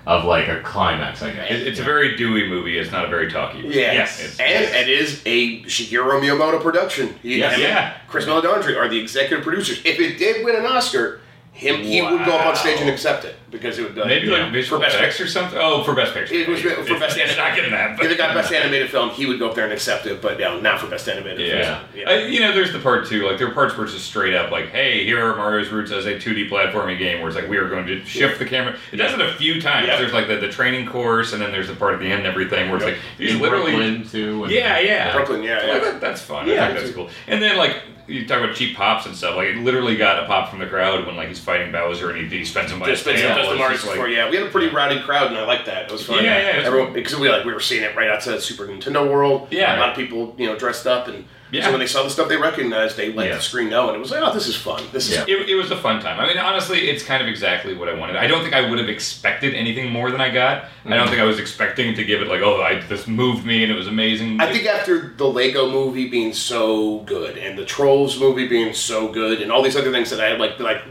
[SPEAKER 1] of like a climax. I guess
[SPEAKER 2] It- It's a very dewy movie. It's not a very talky. Movie.
[SPEAKER 3] Yeah.
[SPEAKER 1] Yes.
[SPEAKER 3] And it is a Shigeru Miyamoto production. He,
[SPEAKER 1] Yes.
[SPEAKER 3] him and
[SPEAKER 2] Yeah.
[SPEAKER 3] Chris Meledandri are the executive producers. If it did win an Oscar, him he would go up on stage and
[SPEAKER 2] Wow.
[SPEAKER 3] accept it because it would uh,
[SPEAKER 2] Maybe
[SPEAKER 1] Yeah.
[SPEAKER 2] like visual
[SPEAKER 3] For Best
[SPEAKER 2] effects or something. Oh, for best picture.
[SPEAKER 3] It was for
[SPEAKER 2] It's-
[SPEAKER 3] Best-
[SPEAKER 2] It's not getting that.
[SPEAKER 3] if
[SPEAKER 2] But
[SPEAKER 3] they got best animated film, he would go up there and accept it, but no, not for best animated.
[SPEAKER 2] [laughs] yeah.
[SPEAKER 3] Film.
[SPEAKER 2] I, you know, there's the part too. Like there are parts where it's just straight up like, hey, here are Mario's roots as a 2D platforming game, where it's like we are going to shift the camera. It does it a few times.
[SPEAKER 3] Yeah.
[SPEAKER 2] There's like the, the training course, and then there's the part at the end and everything where it's like he's
[SPEAKER 1] In
[SPEAKER 2] literally.
[SPEAKER 1] Brooklyn too. and-
[SPEAKER 2] Yeah, yeah.
[SPEAKER 3] Brooklyn, yeah,
[SPEAKER 2] Well,
[SPEAKER 3] yeah.
[SPEAKER 2] that- that's fun.
[SPEAKER 3] Yeah,
[SPEAKER 2] I think that's
[SPEAKER 3] it's-
[SPEAKER 2] cool. And then like you talk about cheap pops and stuff. Like it literally got a pop from the crowd when like he's fighting Bowser and he, he spends him by
[SPEAKER 3] Just
[SPEAKER 2] his tail.
[SPEAKER 3] just the
[SPEAKER 2] It's
[SPEAKER 3] Mario
[SPEAKER 2] just, like,
[SPEAKER 3] before, yeah. We had a pretty rowdy crowd, and I liked that. It was fun.
[SPEAKER 2] Yeah, yeah, it's-
[SPEAKER 3] Everyone, because we like we were seeing it right outside Super Nintendo World.
[SPEAKER 2] Yeah.
[SPEAKER 3] a lot of people, you know, dressed up, and
[SPEAKER 2] Yeah.
[SPEAKER 3] so when they saw the stuff, they recognized. They let
[SPEAKER 1] Yeah.
[SPEAKER 3] the screen know, and it was like, oh, this is fun. This
[SPEAKER 1] Yeah.
[SPEAKER 3] is
[SPEAKER 2] It, it was a fun time. I mean, honestly, it's kind of exactly what I wanted. I don't think I would have expected anything more than I got. I don't think I was expecting to give it like, oh, I, this moved me and it was amazing.
[SPEAKER 3] I think after the Lego movie being so good and the Trolls movie being so good and all these other things that I had like like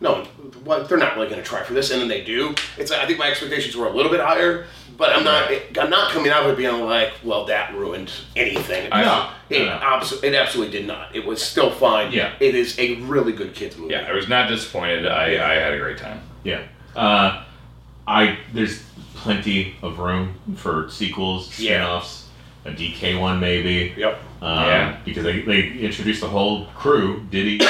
[SPEAKER 3] no what they're not really going to try for this and then they do. It's I think my expectations were a little bit higher, but I'm not I'm not coming out of it being like well that ruined anything.
[SPEAKER 2] I-
[SPEAKER 3] no, it,
[SPEAKER 1] no.
[SPEAKER 3] abso- it absolutely did not. It was still fine.
[SPEAKER 1] Yeah.
[SPEAKER 3] it is a really good kids movie.
[SPEAKER 2] yeah, I was not disappointed. I, I had a great time.
[SPEAKER 1] yeah. Uh, I there's plenty of room for sequels,
[SPEAKER 3] Yeah.
[SPEAKER 1] spin-offs, a DK one maybe.
[SPEAKER 3] Yep.
[SPEAKER 1] Um,
[SPEAKER 2] Yeah.
[SPEAKER 1] Because they, they introduced the whole crew Diddy, [coughs]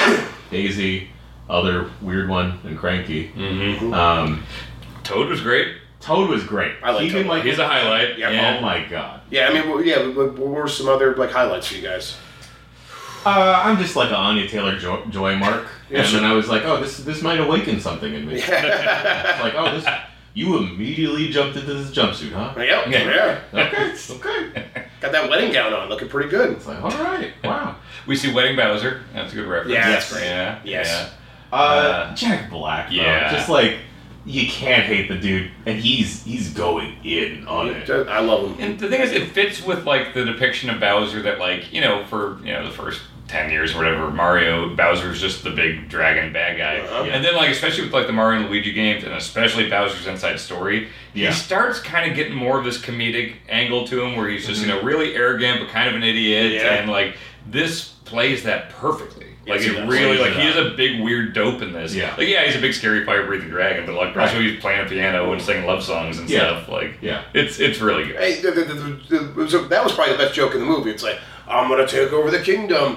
[SPEAKER 1] Daisy, other weird one, and Cranky.
[SPEAKER 2] Mm-hmm.
[SPEAKER 1] Um,
[SPEAKER 2] Toad was great.
[SPEAKER 1] Toad was great.
[SPEAKER 3] I like
[SPEAKER 1] Keegan
[SPEAKER 3] Toad.
[SPEAKER 1] Michael-
[SPEAKER 2] He's a highlight.
[SPEAKER 3] Yeah,
[SPEAKER 1] Oh my god.
[SPEAKER 3] Yeah, I mean, well, yeah. What what were some other like highlights for you guys? [laughs]
[SPEAKER 1] Uh, I'm just like a Anya Taylor jo- Joy mark,
[SPEAKER 3] Yeah,
[SPEAKER 1] and
[SPEAKER 3] sure.
[SPEAKER 1] then I was like, oh, this this might awaken something in me. [laughs] It's like, oh, this You immediately jumped into this jumpsuit, huh?
[SPEAKER 3] Yep.
[SPEAKER 2] Yeah.
[SPEAKER 3] Yeah.
[SPEAKER 1] Okay, okay.
[SPEAKER 3] Got that wedding gown on, looking pretty good.
[SPEAKER 1] It's like, all right, wow.
[SPEAKER 2] We see Wedding Bowser. That's a good reference.
[SPEAKER 3] Yeah,
[SPEAKER 1] that's
[SPEAKER 3] great.
[SPEAKER 2] Yeah.
[SPEAKER 3] Yes.
[SPEAKER 2] yeah.
[SPEAKER 1] Uh,
[SPEAKER 2] Uh,
[SPEAKER 1] Jack Black, though,
[SPEAKER 2] yeah.
[SPEAKER 1] just like you can't hate the dude, and he's he's going in on it.
[SPEAKER 3] I love him.
[SPEAKER 2] And the thing is, it fits with like the depiction of Bowser that, like, you know, for you know the first ten years or whatever, Mario Bowser's just the big dragon bad guy,
[SPEAKER 3] Uh-huh.
[SPEAKER 2] and then like especially with like the Mario and Luigi games, and especially Bowser's Inside Story,
[SPEAKER 1] Yeah.
[SPEAKER 2] he starts kind of getting more of this comedic angle to him, where he's just you know really arrogant but kind of an idiot,
[SPEAKER 3] Mm-hmm. Yeah.
[SPEAKER 2] and like this plays that perfectly. Like
[SPEAKER 3] Yes,
[SPEAKER 2] it
[SPEAKER 3] it
[SPEAKER 2] really,
[SPEAKER 3] plays
[SPEAKER 2] like
[SPEAKER 3] it
[SPEAKER 2] he
[SPEAKER 3] up.
[SPEAKER 2] is a big weird dope in this.
[SPEAKER 1] Yeah.
[SPEAKER 2] like yeah, he's a big scary fire breathing dragon, but like also he's playing a piano and singing love songs and
[SPEAKER 1] Yeah.
[SPEAKER 2] stuff. Like
[SPEAKER 1] Yeah.
[SPEAKER 2] it's it's really good.
[SPEAKER 3] Hey, the, the, the, the, it was a- that was probably the best joke in the movie. It's like I'm gonna take over the kingdom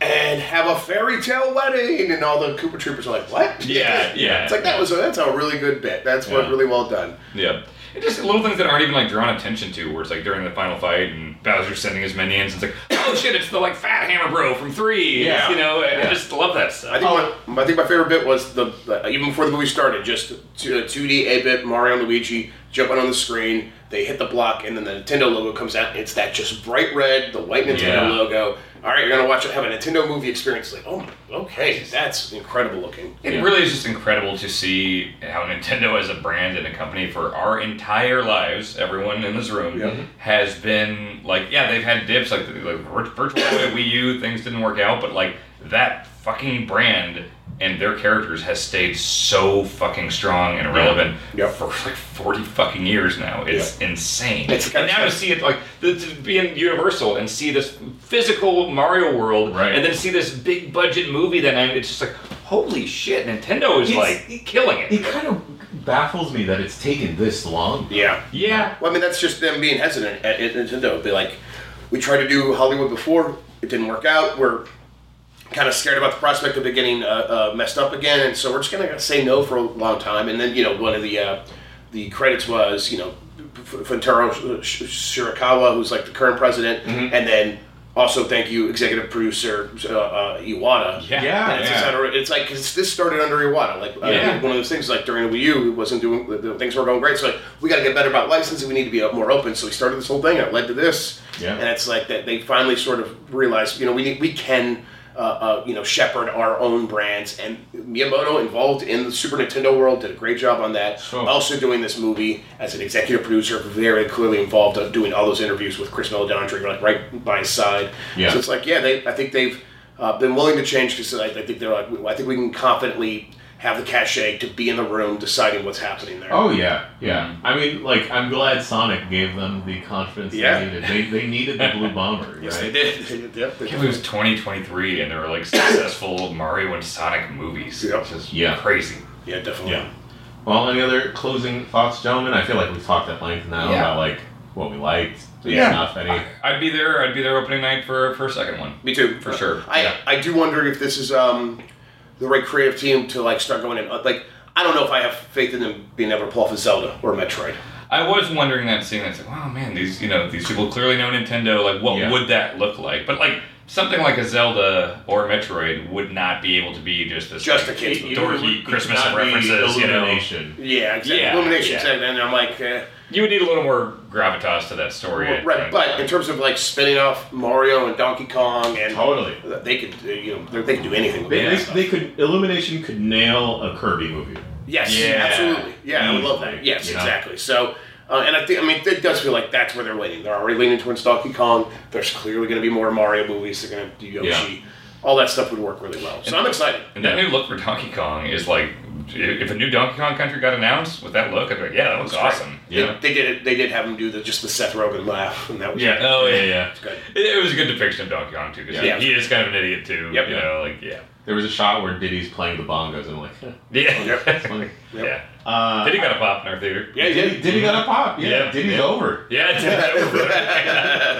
[SPEAKER 3] and have a fairy tale wedding, and all the Koopa Troopers are like, "What?"
[SPEAKER 2] Yeah, yeah.
[SPEAKER 3] It's like that was a, that's a really good bit. That's what
[SPEAKER 2] Yeah.
[SPEAKER 3] really well done.
[SPEAKER 2] Yeah. And just little things that aren't even like drawn attention to, where it's like during the final fight and Bowser's sending his minions, it's like, oh shit, it's the like fat hammer bro from three.
[SPEAKER 1] Yeah.
[SPEAKER 2] You know, I-
[SPEAKER 1] Yeah.
[SPEAKER 2] I just love that
[SPEAKER 3] I
[SPEAKER 2] stuff.
[SPEAKER 3] think, my, I think my favorite bit was the uh, even before the movie started, just uh, two D a bit Mario and Luigi jumping on the screen. They hit the block, and then the Nintendo logo comes out. It's that just bright red, the white Nintendo
[SPEAKER 2] Yeah.
[SPEAKER 3] logo. All right, you're gonna watch have a Nintendo movie experience. Like, oh, okay, that's incredible looking.
[SPEAKER 2] It
[SPEAKER 1] Yeah.
[SPEAKER 2] really is just incredible to see how Nintendo as a brand and a company for our entire lives, everyone in this room
[SPEAKER 3] Yeah.
[SPEAKER 2] has been like, yeah, they've had dips, like, like vir-
[SPEAKER 3] [coughs]
[SPEAKER 2] virtual Boy, Wii U, things didn't work out, but like that fucking brand and their characters has stayed so fucking strong and relevant
[SPEAKER 3] Yeah.
[SPEAKER 2] for like 40 fucking years now. It's insane.
[SPEAKER 3] It's-
[SPEAKER 2] and now to see it like, to to be in Universal and see this physical Mario world
[SPEAKER 1] Right.
[SPEAKER 2] and then see this big budget movie that night, it's just like, holy shit, Nintendo is
[SPEAKER 1] It's-
[SPEAKER 2] like killing it.
[SPEAKER 1] It kind of baffles me that it's taken this long.
[SPEAKER 3] Yeah.
[SPEAKER 2] yeah.
[SPEAKER 3] Well, I mean, that's just them being hesitant at, at Nintendo. Be like, we tried to do Hollywood before, it didn't work out. We're kind of scared about the prospect of it getting uh, uh, messed up again, and so we're just gonna say no for a long time. And then you know, one of the uh, the credits was you know, F- Fantaro Sh- Sh- Shirakawa, who's like the current president,
[SPEAKER 2] Mm-hmm.
[SPEAKER 3] and then also thank you, executive producer uh, uh, Iwata.
[SPEAKER 2] Yeah.
[SPEAKER 1] Yeah,
[SPEAKER 3] It's, just under- it's like 'cause this started under Iwata. Like uh,
[SPEAKER 2] Yeah.
[SPEAKER 3] one of those things. Like during the Wii U, it wasn't doing the- the things were going great. So like we got to get better about licensing. We need to be up more open. So we started this whole thing. and It led to this.
[SPEAKER 1] Yeah.
[SPEAKER 3] And it's like that they finally sort of realized. You know, we need we can. Uh, uh, you know, shepherd our own brands, and Miyamoto involved in the Super Nintendo world did a great job on that.
[SPEAKER 1] Sure.
[SPEAKER 3] Also, doing this movie as an executive producer, very clearly involved of doing all those interviews with Chris Melodondri, like right by his side.
[SPEAKER 1] Yeah.
[SPEAKER 3] So it's like, yeah, they, I think they've uh, been willing to change because I, I think they're like, I think we can confidently have the cachet to be in the room deciding what's happening there.
[SPEAKER 1] Oh yeah, yeah. I mean, like, I'm glad Sonic gave them the confidence
[SPEAKER 3] Yeah.
[SPEAKER 1] they needed. They, they needed the [laughs] blue bomber, right?
[SPEAKER 3] yes, they did. They did. Yep, they
[SPEAKER 2] I can't believe it was 2023 and there were like successful Mario and Sonic movies.
[SPEAKER 3] Yep.
[SPEAKER 2] It's just
[SPEAKER 1] Yeah.
[SPEAKER 2] crazy.
[SPEAKER 3] Yeah, definitely.
[SPEAKER 1] Yeah. Well, any other closing thoughts, gentlemen? I feel like we've talked at length now
[SPEAKER 2] Yeah.
[SPEAKER 1] about like what we liked, good
[SPEAKER 3] Yeah.
[SPEAKER 1] stuff, any.
[SPEAKER 2] I'd be there. I'd be there opening night for for a second one.
[SPEAKER 3] Me too,
[SPEAKER 2] For sure.
[SPEAKER 3] I
[SPEAKER 1] Yeah.
[SPEAKER 3] I do wonder if this is um the right creative team to like start going in. uh, Like I don't know if I have faith in them being able to pull off a Zelda or Metroid.
[SPEAKER 2] I was wondering that seeing that. It's like, wow, man, these you know these people clearly know Nintendo. Like, what
[SPEAKER 1] Yeah.
[SPEAKER 2] would that look like? But like something like a Zelda or Metroid would not be able to be just this
[SPEAKER 3] Just
[SPEAKER 2] like,
[SPEAKER 3] a kid's movie.
[SPEAKER 2] dorky Christmas
[SPEAKER 1] Not be
[SPEAKER 2] references. You know,
[SPEAKER 1] illumination.
[SPEAKER 3] Yeah, exactly.
[SPEAKER 2] Yeah,
[SPEAKER 3] Illumination
[SPEAKER 2] yeah.
[SPEAKER 3] said, and I'm like. Uh,
[SPEAKER 2] you would need a little more gravitas to that story. I
[SPEAKER 3] Right,
[SPEAKER 2] think.
[SPEAKER 3] but in terms of like spinning off Mario and Donkey Kong and
[SPEAKER 1] Totally.
[SPEAKER 3] they could uh, you know they- they could do anything. With
[SPEAKER 1] They,
[SPEAKER 3] that
[SPEAKER 1] they,
[SPEAKER 3] stuff.
[SPEAKER 1] they could illumination could nail a Kirby movie.
[SPEAKER 3] yes,
[SPEAKER 2] Yeah.
[SPEAKER 3] absolutely, yeah, I would love that.
[SPEAKER 1] Easily,
[SPEAKER 3] Yes,
[SPEAKER 1] you know?
[SPEAKER 3] exactly. So. Uh, and I think I mean it does feel like that's where they're leaning. They're already leaning towards Donkey Kong. There's clearly going to be more Mario movies. They're going to do Yoshi. All that stuff would work really well. So I'm excited.
[SPEAKER 2] And that new look for Donkey Kong is like, if a new Donkey Kong country got announced with that look, I'd be like, yeah, that looks awesome.
[SPEAKER 3] They- They, did it. They did have him do the just the Seth Rogen laugh, and that was
[SPEAKER 2] Yeah. Oh yeah, yeah.
[SPEAKER 3] It's good.
[SPEAKER 2] It, it was a good depiction of Donkey Kong too, because
[SPEAKER 3] Yeah.
[SPEAKER 2] he, he is kind of an idiot too.
[SPEAKER 3] Yep.
[SPEAKER 2] You know, like yeah,
[SPEAKER 1] There was a shot where Diddy's playing the bongos, and I'm like, [laughs] huh,
[SPEAKER 2] yeah,
[SPEAKER 1] that's funny.
[SPEAKER 2] [laughs] yeah.
[SPEAKER 1] Uh,
[SPEAKER 2] Diddy got a pop in our theater.
[SPEAKER 3] Yeah, he
[SPEAKER 1] Diddy,
[SPEAKER 3] did.
[SPEAKER 1] Diddy got a pop. Yeah,
[SPEAKER 2] Yeah.
[SPEAKER 1] Diddy's over.
[SPEAKER 2] Yeah, it's-
[SPEAKER 3] [laughs]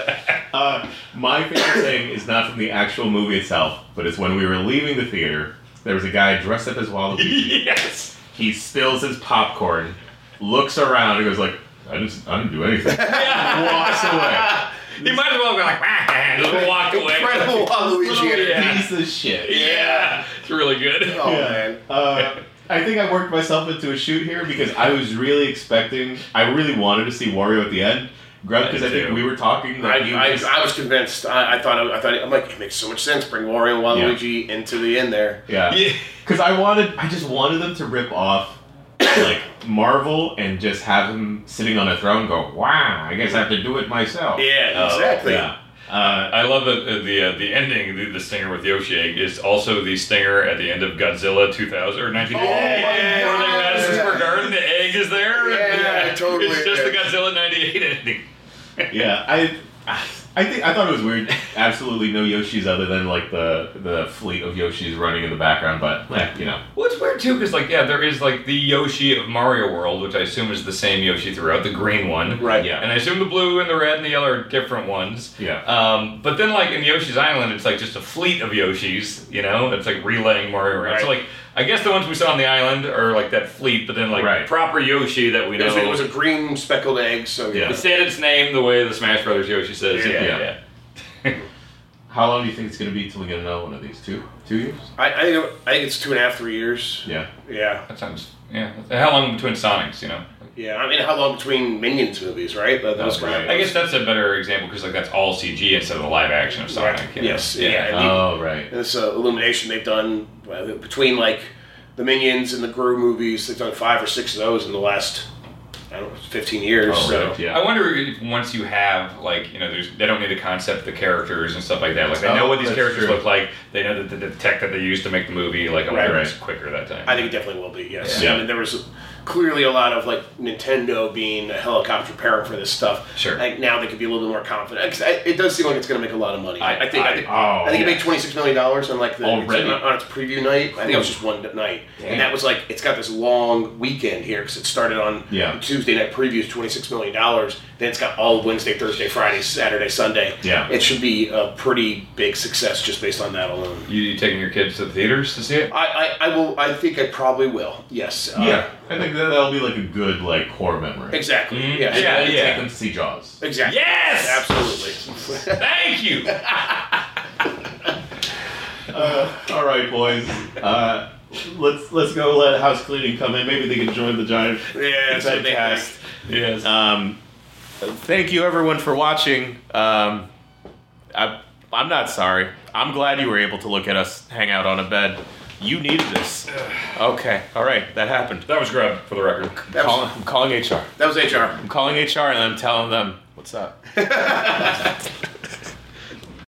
[SPEAKER 1] Uh, my favorite thing is not from the actual movie itself, but it's when we were leaving the theater. There was a guy dressed up as [laughs] Waluigi.
[SPEAKER 2] yes.
[SPEAKER 1] he spills his popcorn, looks around, and goes like, "I just, I didn't do [laughs] anything." Walks away.
[SPEAKER 2] He might as well go like, [laughs] "Wah," and just walked away.
[SPEAKER 3] [laughs] Incredible Oh, Waluigi.
[SPEAKER 2] Oh, Yeah.
[SPEAKER 1] Piece of shit.
[SPEAKER 2] Yeah, it's really good.
[SPEAKER 3] Oh
[SPEAKER 1] Yeah.
[SPEAKER 3] man.
[SPEAKER 1] Uh, I think I worked myself into a shoot here because I was really expecting, I really wanted to see Wario at the end. Grub, because
[SPEAKER 2] Me
[SPEAKER 1] I think
[SPEAKER 2] too.
[SPEAKER 1] we were talking.
[SPEAKER 3] I,
[SPEAKER 1] That you just-
[SPEAKER 3] I, I was convinced. I, I thought. I thought. I'm like, it makes so much sense. Bring Wario and Waluigi into the end there.
[SPEAKER 1] yeah.
[SPEAKER 2] Yeah.
[SPEAKER 1] Because I wanted, I just wanted them to rip off like Marvel and just have him sitting on a throne, go, wow, I guess I have to do it myself.
[SPEAKER 3] Yeah,
[SPEAKER 2] Oh,
[SPEAKER 3] exactly.
[SPEAKER 1] Yeah. Uh,
[SPEAKER 2] I love that uh, the uh, the ending, the, the stinger with Yoshi egg, is also the stinger at the end of Godzilla 2000 or 1998.
[SPEAKER 3] Oh my
[SPEAKER 2] Where
[SPEAKER 3] God.
[SPEAKER 2] like Madison Square Garden, the egg is there.
[SPEAKER 3] Yeah, totally.
[SPEAKER 2] It's just the Godzilla 98 ending.
[SPEAKER 1] yeah, I. I think I thought it was weird. Absolutely no Yoshi's other than like the the fleet of Yoshi's running in the background, but like, you know.
[SPEAKER 2] Well, it's weird too, because like yeah, there is like the Yoshi of Mario World, which I assume is the same Yoshi throughout, the green one.
[SPEAKER 3] Right.
[SPEAKER 1] Yeah.
[SPEAKER 2] And I assume the blue and the red and the yellow are different ones.
[SPEAKER 1] Yeah.
[SPEAKER 2] Um, but then, like in Yoshi's Island, it's like just a fleet of Yoshis. You know, it's like relaying Mario around. So
[SPEAKER 3] Right.
[SPEAKER 2] like, I guess the ones we saw on the island are like that fleet, but then like
[SPEAKER 1] Right.
[SPEAKER 2] proper Yoshi that we
[SPEAKER 3] It, was,
[SPEAKER 2] know.
[SPEAKER 3] it was a green speckled egg. So
[SPEAKER 1] Yeah.
[SPEAKER 2] it said its name the way the Smash Brothers Yoshi says.
[SPEAKER 3] Yeah.
[SPEAKER 2] Yeah.
[SPEAKER 1] Yeah.
[SPEAKER 2] Yeah.
[SPEAKER 1] How long do you think it's gonna be till we get another one of these? Two two years?
[SPEAKER 3] I, I think I think it's two and a half, three years.
[SPEAKER 1] Yeah.
[SPEAKER 3] Yeah.
[SPEAKER 2] That sounds. Yeah. How long between Sonics? You know.
[SPEAKER 3] Yeah. I mean, how long between Minions movies, right? That, that was
[SPEAKER 1] Right.
[SPEAKER 2] I guess that's a better example because like that's all CG instead of the live action of Sonic.
[SPEAKER 3] Right.
[SPEAKER 2] you know?
[SPEAKER 3] Yes, yeah.
[SPEAKER 2] Yeah.
[SPEAKER 1] Oh right.
[SPEAKER 3] And this uh, Illumination they've done uh, between like the Minions and the Gru movies, they've done five or six of those in the last I don't know, fifteen years.
[SPEAKER 1] Oh,
[SPEAKER 3] so.
[SPEAKER 1] right, yeah.
[SPEAKER 2] I wonder if once you have like you know, there's they don't need to concept the characters and stuff like that. Like they
[SPEAKER 1] Oh,
[SPEAKER 2] know what these
[SPEAKER 1] that's
[SPEAKER 2] characters
[SPEAKER 1] true.
[SPEAKER 2] look like. They know that the, the tech that they used to make the movie. Like I
[SPEAKER 3] Right,
[SPEAKER 2] wonder
[SPEAKER 1] right.
[SPEAKER 2] if it's quicker that time.
[SPEAKER 3] I think it definitely will be. Yes.
[SPEAKER 1] Yeah.
[SPEAKER 3] I mean, there was clearly a lot of like Nintendo being a helicopter parent for this stuff.
[SPEAKER 2] Sure.
[SPEAKER 3] Like now they could be a little bit more confident. 'Cause I- it does seem like it's going to make a lot of money.
[SPEAKER 2] I-
[SPEAKER 3] think. I,
[SPEAKER 2] I-
[SPEAKER 3] think,
[SPEAKER 1] oh,
[SPEAKER 3] I think it
[SPEAKER 1] yeah.
[SPEAKER 3] made twenty six million dollars on like the
[SPEAKER 1] Already?
[SPEAKER 3] on, on its preview night. I think it was just one night,
[SPEAKER 1] Damn.
[SPEAKER 3] and that was like it's got this long weekend here because it started on
[SPEAKER 1] Yeah.
[SPEAKER 3] Tuesday night previews twenty six million dollars. Then it's got all Wednesday, Thursday, Friday, Saturday, Sunday.
[SPEAKER 1] Yeah.
[SPEAKER 3] It should be a pretty big success just based on that alone.
[SPEAKER 2] You, you taking your kids to the theaters to
[SPEAKER 1] [laughs]
[SPEAKER 2] see it?
[SPEAKER 3] I, I, I will. I think I probably will. Yes. Uh,
[SPEAKER 1] Yeah. I think that that'll be like a good like core memory.
[SPEAKER 3] Exactly.
[SPEAKER 2] Mhm.
[SPEAKER 3] Yeah.
[SPEAKER 2] Yeah.
[SPEAKER 1] Take them to see Jaws.
[SPEAKER 3] Exactly.
[SPEAKER 2] Yes!
[SPEAKER 3] Absolutely.
[SPEAKER 2] Thank you.
[SPEAKER 1] [laughs] All right, boys. Uh, let's let's go let house cleaning come in. Maybe they can join the giant
[SPEAKER 3] Yeah, that's what they
[SPEAKER 1] bedcast.
[SPEAKER 2] yes.
[SPEAKER 1] Um, thank you everyone for watching. Um, I, I'm not sorry. I'm glad you were able to look at us hang out on a bed. You needed this. Okay. All right. That happened.
[SPEAKER 2] that was grub for the record.
[SPEAKER 3] That
[SPEAKER 1] Call-
[SPEAKER 3] was,
[SPEAKER 1] I'm calling HR.
[SPEAKER 3] that was HR.
[SPEAKER 1] I'm calling HR and I'm telling them what's up.